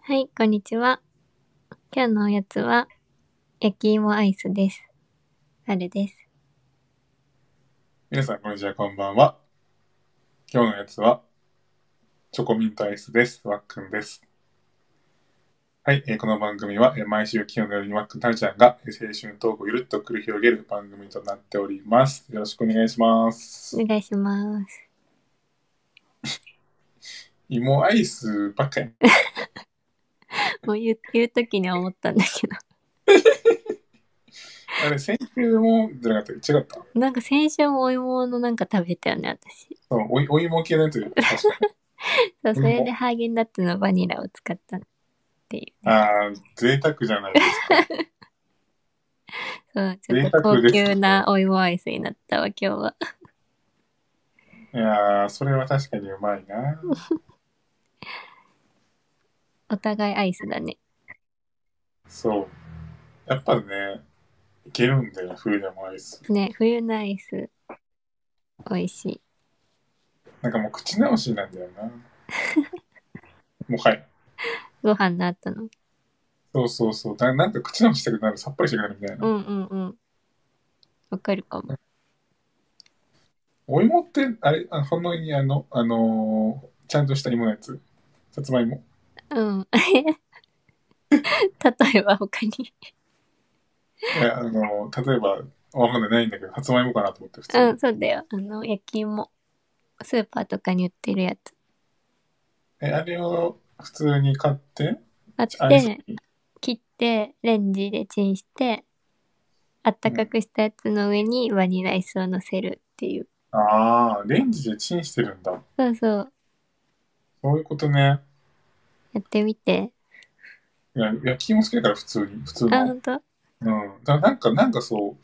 はい、こんにちは。今日のおやつは、焼き芋アイスです。あるです。皆さん、こんにちは、こんばんは。今日のやつは、チョコミントアイスです。わっくんです。はい、えーこの番組は、えー毎週金曜の夜にわっくんたるちゃんが、えー青春トークをゆるっと繰り広げる番組となっております。よろしくお願いしまおす。願いします。芋アイスばっかり。もう言う、言うときには思ったんだけど。あれ、先週もじゃなかった違った なんか先週もお芋のなんか食べたよね、私。そうおいお芋系のやつ。確かそう、それでハーゲンダッツのバニラを使ったっていう。あー、贅沢じゃないですか。そう、ちょっ贅と沢高です級なお芋アイスになったわ、今日は。いやー、それは確かにうまいな。お互いアイスだね。そう。やっぱね、いけるんだよ、冬でもアイス。ね、冬のアイス、美味しい。なんかもう口直しなんだよ な。もはや。ご飯の後の。そうそうそう。だなんか口直したくなる、さっぱりしたくなるみたいうな。んうんうん。わかるかも。お芋って、あれ、あほんのにあの、あのーちゃんとした芋のやつ。さつまいも。うん。例えば他に。いや、あのー例えば、わかんない、ないんだけど、さつまいもかなと思って、普通に。うん、そうだよ。あの、焼き芋。スーパーとかに売ってるやつ。え、あれを普通に買って、あっアイスて、切って、レンジでチンして、あったかくしたやつの上にバニラアイスを乗せるっていう。ああ、レンジでチンしてるんだ。そうそう。そういうことね。やってみて。いや、焼き芋好きだから、普通に。普通あ、のほ。んとうん。だなんか、なんかそう、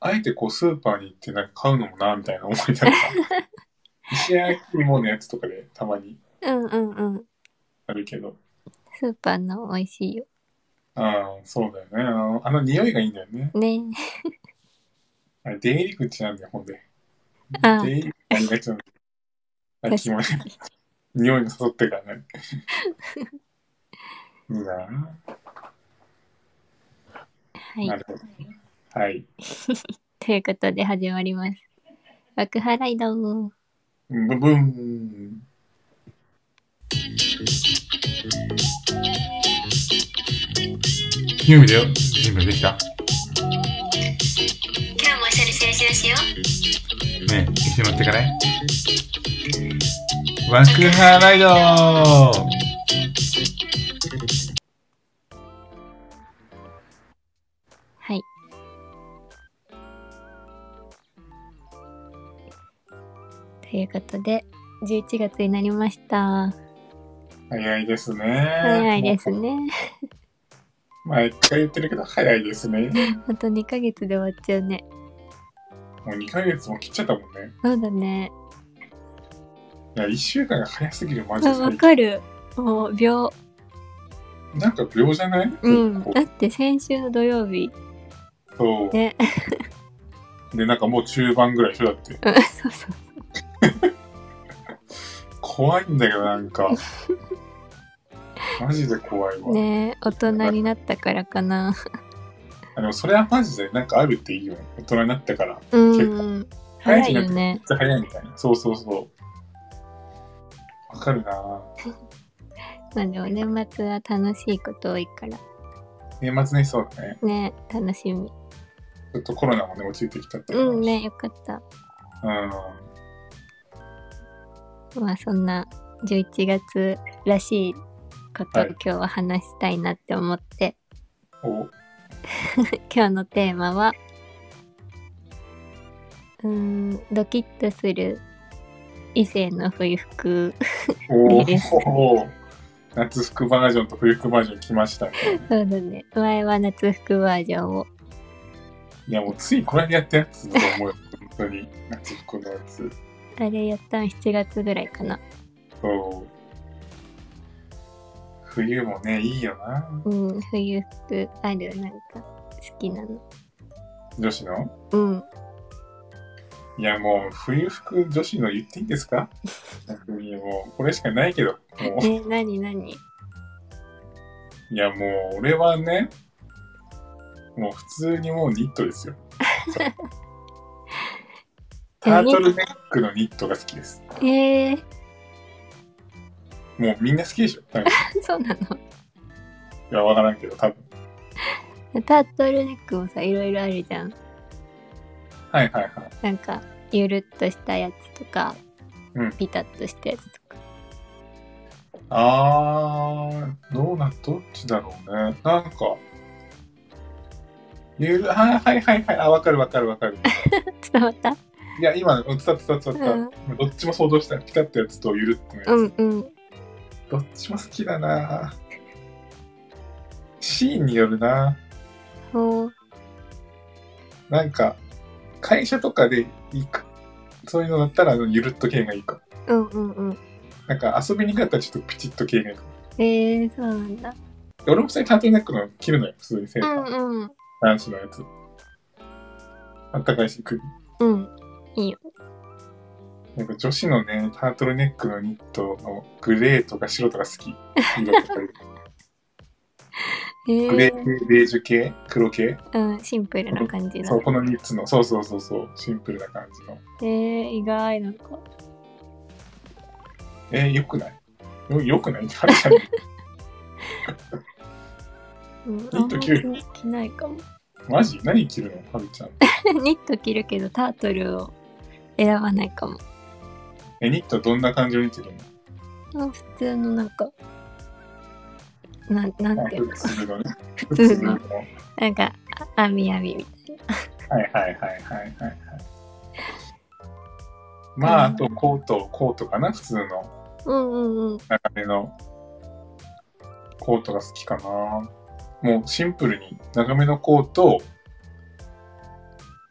あえてこうスーパーに行ってなんか買うのもな、みたいな思いながら。石焼き芋のやつとかでたまにうんうんうん。あるけど。スーパーの美味しいよ。ああ、そうだよね。あの、あの匂いがいいんだよね。ね。あれ、出入り口なんだよ、ほんで。あ出入り口になりがちなんだよ。あ焼き芋ね。匂いに誘ってからね。いいなあはいな。るほど。はい。ということで始まります。爆破ライドー。ブブン。金曜日だよ。準備できた。今日も一緒に青春しよう。ねえ、一緒に乗ってかね。ワクハライドはい。ということで、11月になりました。早いですね。早いです。ね。 毎回言ってるけど、早いですね。あと2ヶ月で終わっちゃうね。もう2ヶ月も切っちゃったもんね。そうだね。いや、1週間が早すぎる、マジあ、でわ。かる。もう秒。なんか秒じゃないうん。こだって先週の土曜日。うそう。ね。で、なんかもう中盤ぐらいでしょ、だって。うん、 そうそう。怖いんだけどな んかマジで怖いわ、ね大人になったからかな。あでもそれはマジでなんかあるっていいよね大人になってからめっうん。早いよね。ちゃ早いみたいなそうそうそうわかるなまあでも年末は楽しいこと多いから。年末ねそうだねね楽しみ。ちょっとコロナもね落ち着いてきたってうんね、よかった。うまあそんな11月らしいことをはい今日は話したいなって思って、んお今日のテーマはうーんドキッとする異性の冬服おいいですお夏服バージョンと冬服バージョン来ましたねそうだね前は夏服バージョンをいやもうついこれでやったやつだと思うよ本当に夏服のやつあれやったん7月ぐらいかなそう冬もねいいよなうん冬服あるなんか好きなの女子のうんいやもう冬服女子の言っていいんですか逆にもうこれしかないけどもえ何何いや、もう、俺はね、もう普通にもうニットですよ。タートルネックのニットが好きです。ええもうみんな好きでしょ多分い そうなのや、わからんけど、多分。タートルネックもさ、いろいろあるじゃん。はいはいはい。なんか、ゆるっとしたやつとか、うんピタッとしたやつとか。 あー、どうな、どっちだろうね。なんか、ゆる、はいはいはいはい、あ、わかるわかるわかる。伝わったいや、今、うん伝わった伝わった伝わった。どっちも想像した。ピタッとやつとゆるっとのやつ。うんうん。どっちも好きだなシーンによるなほう。なんか、会社とかで行く、そういうのだったら、ゆるっと系がいいかも。うんうんうん。なんか遊びに行くだったらちょっとピチッと系がいいかも。ええそうなんだ。で俺も普通にタートルネックの着るのよ、普通にセーうター。んうん。男子のやつ。あったかいし、首。うん。なんか女子のね、タートルネックのニットのグレーとか白とか好き。色 とかえグレえー系、ベージュ系、黒系。うん、シンプルな感じそのう、。この3つの、そうそうそうそう、シンプルな感じの。ええ意外、なんか。えー、よくないよよくないってあれじゃないうん、ト着るあんま着ないかも。 マジ何着るのはるちゃん。ニット着るけど、タートルを選ばないかも。え、ニットどんな感じのニット着るのあ普通のなんか、なんなんあていうの普 通のね。普通のの。はいなんか、あ網網みたいはいはいはいはいはい。まあ、あとコート、コートかな普通の。な。うんうんうん。長めのコートが好きかなもうシンプルに長めのコート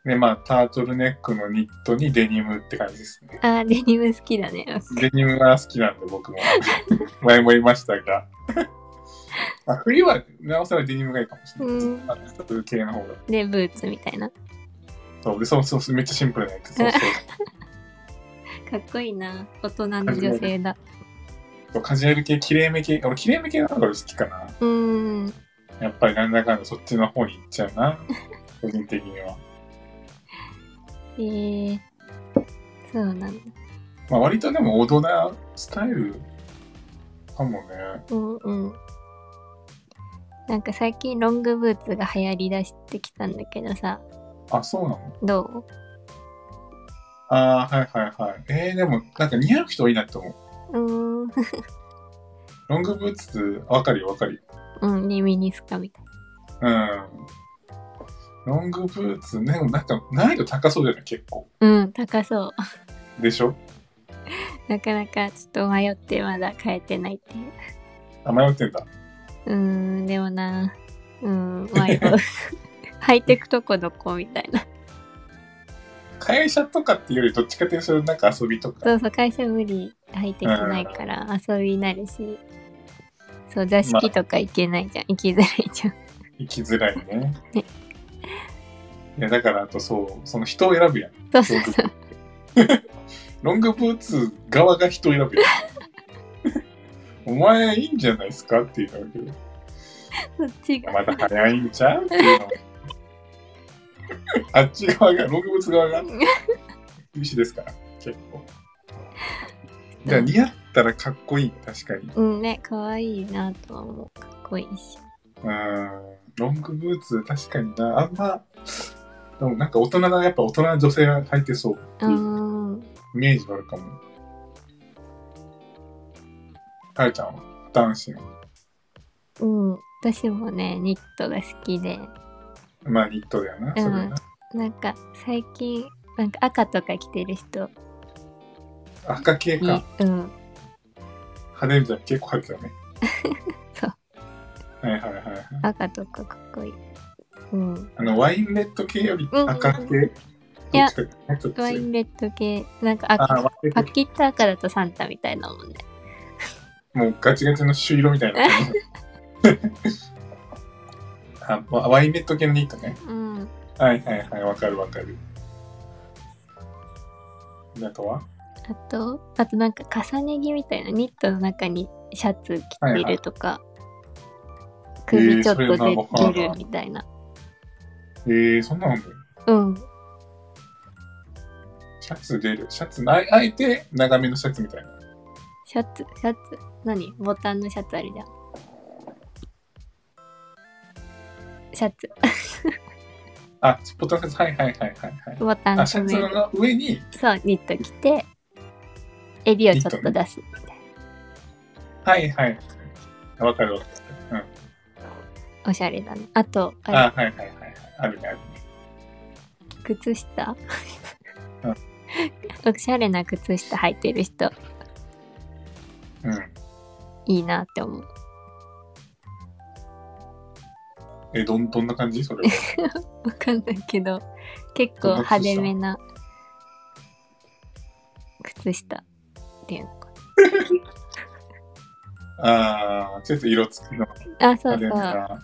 でまあタートルネックのニットにデニムって感じですねあー、デニム好きだね。デニムが好きなんで僕も前も言いましたがあ冬はなおさらデニムがいいかもしれない、うんあタートル系の方がで、ブーツみたいな。かそうでそうそうそうめっちゃシンプルなやつそうそうっこいいな。大人の女性だ。そうカジュアル系きれいめ系俺きれいめ系の方が好きかなうーん。やっぱりなんだかんだそっちの方に行っちゃうな個人的にはえー、そうなんだ。まあ、割とでも王道なスタイルかもね。うんうん。なんか最近ロングブーツが流行りだしてきたんだけどさ、あ、そうなのどああ、はいはいはい。えー、でもなんか似合う人多いなって思う。ううーん。ロングブーツ、わかるよわかるよ。うん、にミニスカみたい。うん。ロングブーツね、でもなんか難易度高そうじゃない結構。うん、高そう。でしょなかなかちょっと迷ってまだ変えてないっていう。あ、迷ってんだ。うーん、でもな、うーん、迷う。 履いてくとこどこみたいな。会社とかっていうよりどっちかっていうとそういうなんか遊びとか。そうそう、会社無理履いてきないから遊びになるし、そう、座敷とか行けないじゃん。行きづらいじゃん。 行きづらいねね。いや、だからあとそう、その人を選ぶやん。そうそう そう。ロングブーツ側が人を選ぶよ。 お前いいんじゃないですかって言うけど、いそっちが やまだ早いんちゃうっていうの。あっち側が、ロングブーツ側が厳しいですから、結 構。じゃあ似合ったらかっこいい、確かに。うんね、可愛いなとは思う。かっこいいし。うん、ロングブーツ確かにな、あんま、でもなんか大人な、やっぱ大人な女性が履いてそうってういうーん。イメージはあるかも。かやちゃんは男子の。うん。私もね、ニットが好きで、まあ、ニットだよな、それはな。なんか最近、なんか赤とか着てる人赤系に、か。うん。派手みたいな結構入ってたね。 そう。はいはいはいはい。赤とかかっこいい。うん。あの、ワインレッド系よりうんうん赤系いやどっちかっていうとちょっとワ強イいンレッド系、なんかあー、赤、ワインレパッキッと赤だとサンタみたいなもんね。ドもうガチガチの朱色 みたいな。あわワインレッド系のニットね。うん。はいはいはい、わかるわかる。あとはあと、あとなんか重ね着みたいな、ニットの中にシャツ着てるとか、首ちょっとえーそれなでわきかんるないみたいな。えー、そんなのあんだよ。うん。シャツ出る。シャツ、ああえて長めのシャツみたいな。シャツ、シャツ、何ボタンのシャツあるじゃん。シャツ、あ、ポタンシャツ、はいはいはいはい、はい。ボタンあ、シ止ャツめる。の上に、そう、ニット着て、襟をちょっと出す。はいはい。あわかるわかる。うん。おしゃれだね。あと、あれあ、はいはいはいはい。あるね、あるね。靴下う おしゃれな靴下履いてる人ういいなって思う。ん。え、どん、どんな感じそ れは。わかんないけど結構派手めな靴下っていうのかああ、ちょっと色つきのな。あそうそ派手う。な。ちょ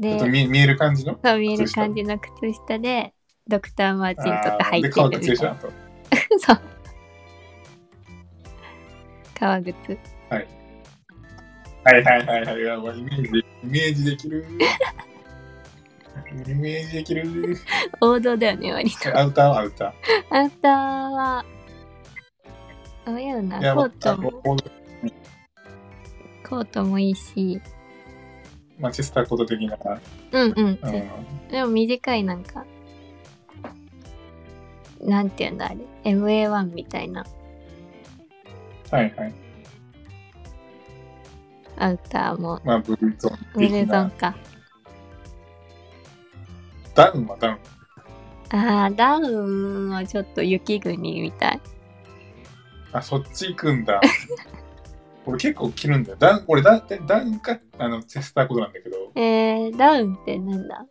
でっと見見える感じのそう見える靴下感じの靴下でドクターマーチンとかあー履で、革いてる靴でみしたいょな。あと。 そう。革靴。はいはいはいはい。いやもうイメージで、イメージできる。イメージできる。王道だよね割と。アウターはアウタあんたは迷うー。な。いや、コまートあ、ももうコートもいいし。マンチェスターコート的な。うんうん。うん。でも短いなんか、なんていうんだあれ、MA1 みたいなはいはい。アウターも、まあ、ブルゾンブ的ルゾンな。か。ダウンはダウン。ああ、ダウンはちょっと雪国みたい。あ、そっち行くん だ。俺結構着るんだよ。ダウン、俺だってダウンか、あの、チェスターコートなんだけど、えー、ダウンってなんだ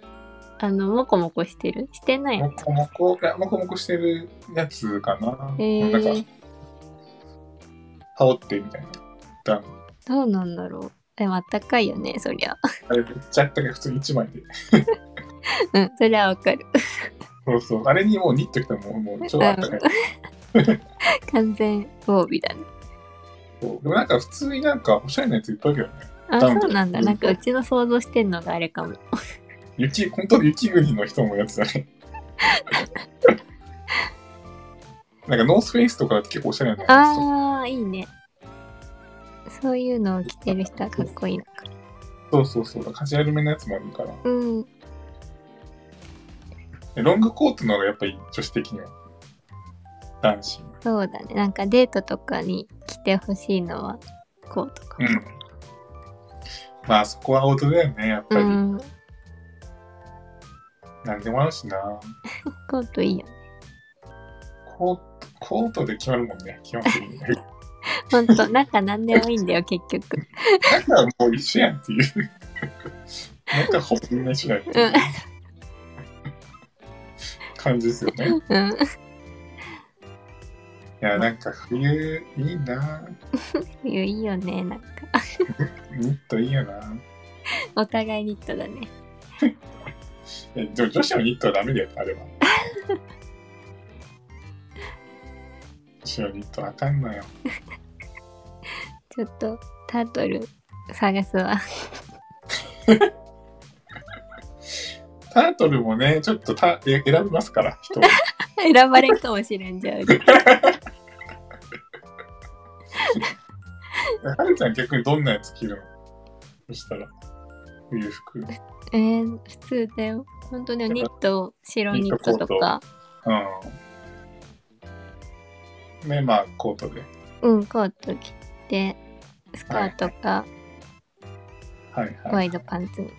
あの、もこもこしてるしてないもこもこ、いやもこもこしてるやつかな。えーなんか、羽織ってみたいな。ダウン。どうなんだろうでもあったかいよね、そりゃ。あれめっちゃあったかい、普通に1枚で。うん、そりゃわかる。そうそう。あれにもうニット着たらもう、もう超あったかい。完全防備だね。そうでもなんか普通になんかおしゃれなやついっぱいあるよね。あ、ダウンそうなんだ。なんかうちの想像してんのがあれかも。雪、本当に雪国の人のやつだね。 なんかノースフェイスとかだと結構おしゃれなんだよねあー、いいね。そういうのを着てる人はかっこいいのか。そうそうそう、カジュアルめのやつもあるから。うん。えロングコートの方がやっぱり女子的には。男子。そうだね。なんかデートとかに来てほしいのはこうとかう。ん。まあそこはオートだよね、やっぱうり。ん。何でもあるしな。コートいいよね。コートコートで決まるもんね、基本的に。ほんと、なんか何でもいいんだよ、結局。なんかもう一緒やんっていう。 なんかほぼみんな一緒だよっていう感じですよね。うん。いや、なんか冬いいな。いやいいよね。なんか、ニットいいよな。お互いニットだね。えでも女子のニットはダメだよ、あ れは。女子のニットあかんのよ。ちょっと、タートル探すわ。タートルもね、ちょっとたえ選びますから、人 を。選ばれるかもしれんじゃん。はるちゃん逆にどんなやつ着るのそしたら、冬服。うん。えー、普通だよ。ほんとね、ニット、白ニットとか。ね、まあ、コートで。うん、コート着て、スカートか、はいワはい。イドパンツみたい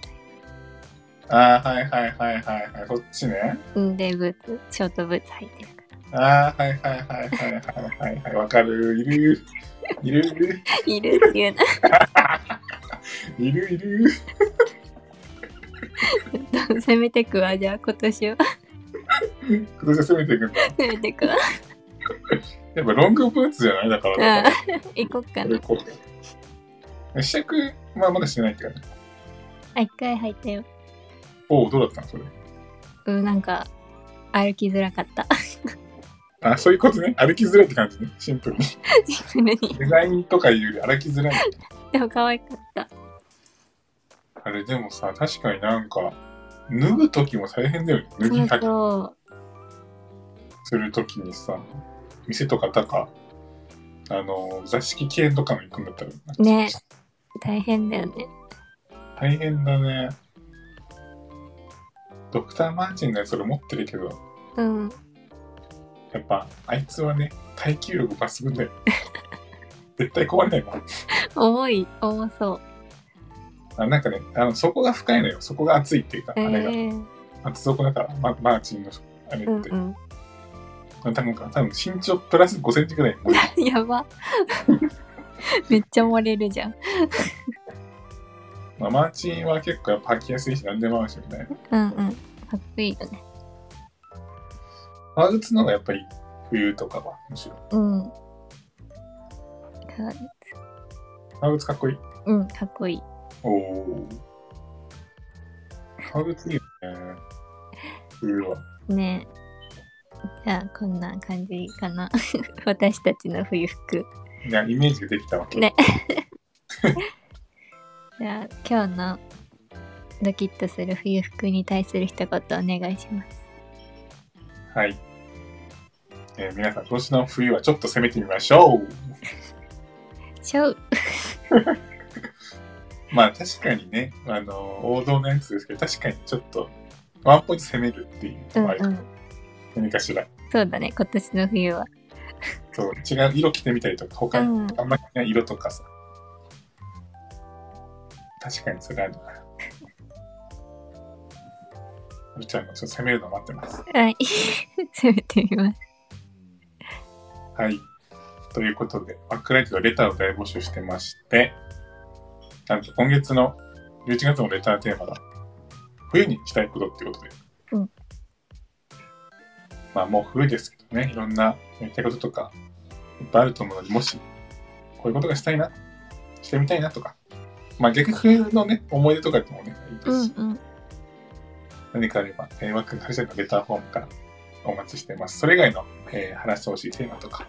あーはいはいはいはいはい。こっちね。な。うんで、ブーツ、ショートブーツ履いてるかあーはいはいはいはいはいはいはい。わかる。いる。いる。ら。いるっていういるいる。 攻めてくわじゃあ今年は今年は攻めていくんだ。攻めてく わやっぱロングブーツじゃないだから。行こっかこなれこう試着、まあまだしてないって感じ。あ一回履いたよおお、どうだったのそれ。うんなんか歩きづらかった あ、そういうことね。歩きづらいって感じね。シンプルに。シンプルにデザインとかいうより歩きづらい。でも可愛かったあれでもさ、確かになんか、脱ぐ時も大変だよね。脱そぎう履きそする時にさ、店とかだか、あの、座敷系とかの行くんだったら、う。ね。大変だよね。大変だね。ドクターマーチンのやつ俺持ってるけど、うん。やっぱ、あいつはね、耐久力抜群だよ。 絶対壊れないもん。重い、重そう。あなんかねあの、そこが深いのよ。そこが熱いっていうか、ええあれが。厚底だから、ママーチンの、あれって。うんうん。 多分か、多分身長プラス5センチぐらい。やば。 めっちゃ漏れるじゃん。まあ、マーチンは結構やっぱ履きやすいし、何でも合うしみたいな。うんうん。かっこいいよね。革靴の方がやっぱり冬とかは、むしろ。うん。か革靴かっこいい。うん、かっこいい。おお。革靴いいよね。冬は。ねじゃあこんな感じかな 私たちの冬服いや、イメージができたわけ。ねじゃあ今日のドキッとする冬服に対する一言お願いしますはい。えー皆さん、今年の冬はちょっと攻めてみましょう。ショウまあ、確かにね、あの、王道のやつですけど、確かにちょっと、ワンポイント攻めるっていううのんもある。うん何かしら。そうだね今年の冬はそう、違う色着てみたりとか、他うにんあんまりない色とかさ。確かにそれあるな。うちゃんのちょっと攻めるの待ってます。はい 攻めてみますはい。ということで、バックライトはレターを大募集してまして、なんと今月の11月のレターテーマが、冬にしたいことっていうことで。うんまあもう冬ですけどね、いろんなやりたいこととか、いっぱいあると思うので、もし、こういうことがしたいな、してみたいなとか、まあ逆に冬のね、思い出とかでもね、いいですし、うんうん何かあれば、えー、ワクワクさんのレターフォームからお待ちしてます。それ以外の、えー話してほしいテーマとか、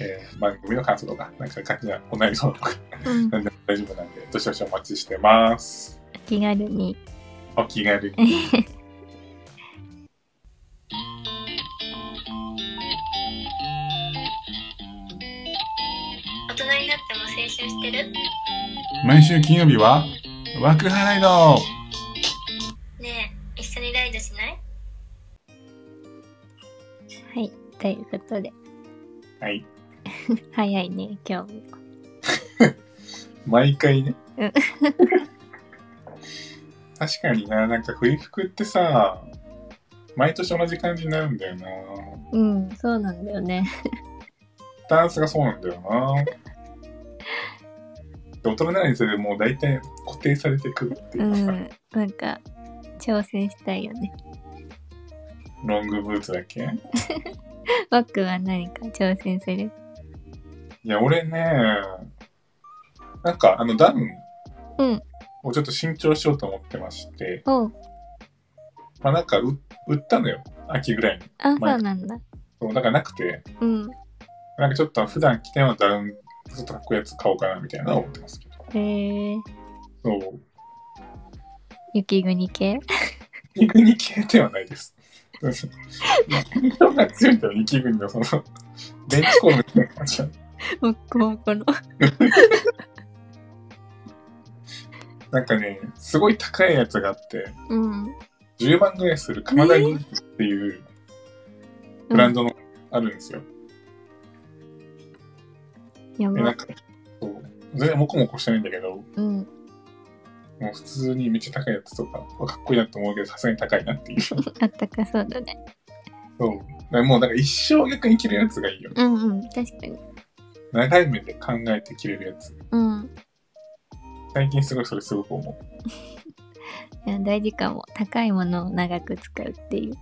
えー番組の感想とか、なんか感じなお悩み相談とか、うん何でも大丈夫なんで、どしどしお待ちしてます。お気軽にお気軽に。大人になっても青春してる毎週金曜日は、ワクハライドねえ一緒にライドしないはいということではい。早いね今日も毎回ねうん。 確かにな、なんか冬服ってさ、毎年同じ感じになるんだよな。うんそうなんだよねダンスがそうなんだよな。で大人になるにつれてもう大体固定されてくるっていううかさ、ん、なんか挑戦したいよね。 ロングブーツだっけい僕は何か挑戦する。や、俺ね、なんかあのダウンうんをちょっと新調しようと思ってまして、おう、まあなんかう売ったのよ、秋ぐらいに。あ、そうまあなんだ。そう、だからなくて、うん。なんかちょっと普段着てのダウン、ちょっとかっこいいやつ買おうかなみたいなのは思ってますけど。えー、そう。雪国 系肉に系ではないです。肉感が強いんだよ、肉軍のその、ベンチコールみたいな感じなのもっこもこの。なんかね、すごい高いやつがあって、うん。 10万ぐらいするカナダグッズっていうブランドのあるんですよ。うん。やで、なばん。か、そう全然モコモコしてないんだけど、もうん。う普通にめっちゃ高いやつとか、かっこいいなと思うけど、さすがに高いなっていう。そう。あったかそうだね。だからもうなんか一生逆に着るやつがいいよ。うんうん。確かに。長い目で考えて着れるやつ。うん。最近すごいそれすごく思う。いや大事かも。高いものを長く使うっていう。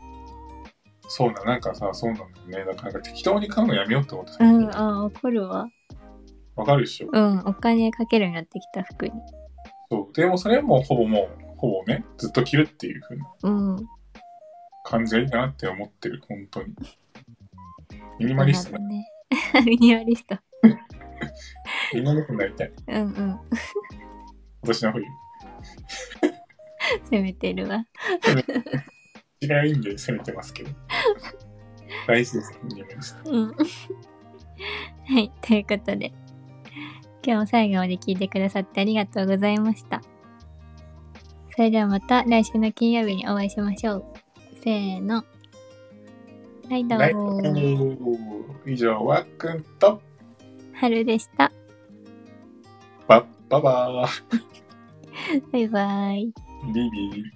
そうだ、なんかさ、そうなんだよね。だからなんか適当に買うのやめようって思ってた。うん。あ、怒るわ。わかるでしょ。うん。お金かけるようになってきた服に。そう。でもそれはもうほぼもう、ほぼね、ずっと着るっていう風なうん。感じがいいかなって思ってる、本当に。ミニミマリストだ、ね。 ミニマリスト。ミニマリストになりたい。うんうん。今年の冬。攻めてるわ。違う意味で攻めてますけど。大事です、二面して。うん。 はい、ということで、今日も最後まで聞いてくださってありがとうございました。それではまた来週の金曜日にお会いしましょう。せーの。ライドはい、ー。以上、わっくんと、春でした。ば、ばばバイバイ。ー、ビビー。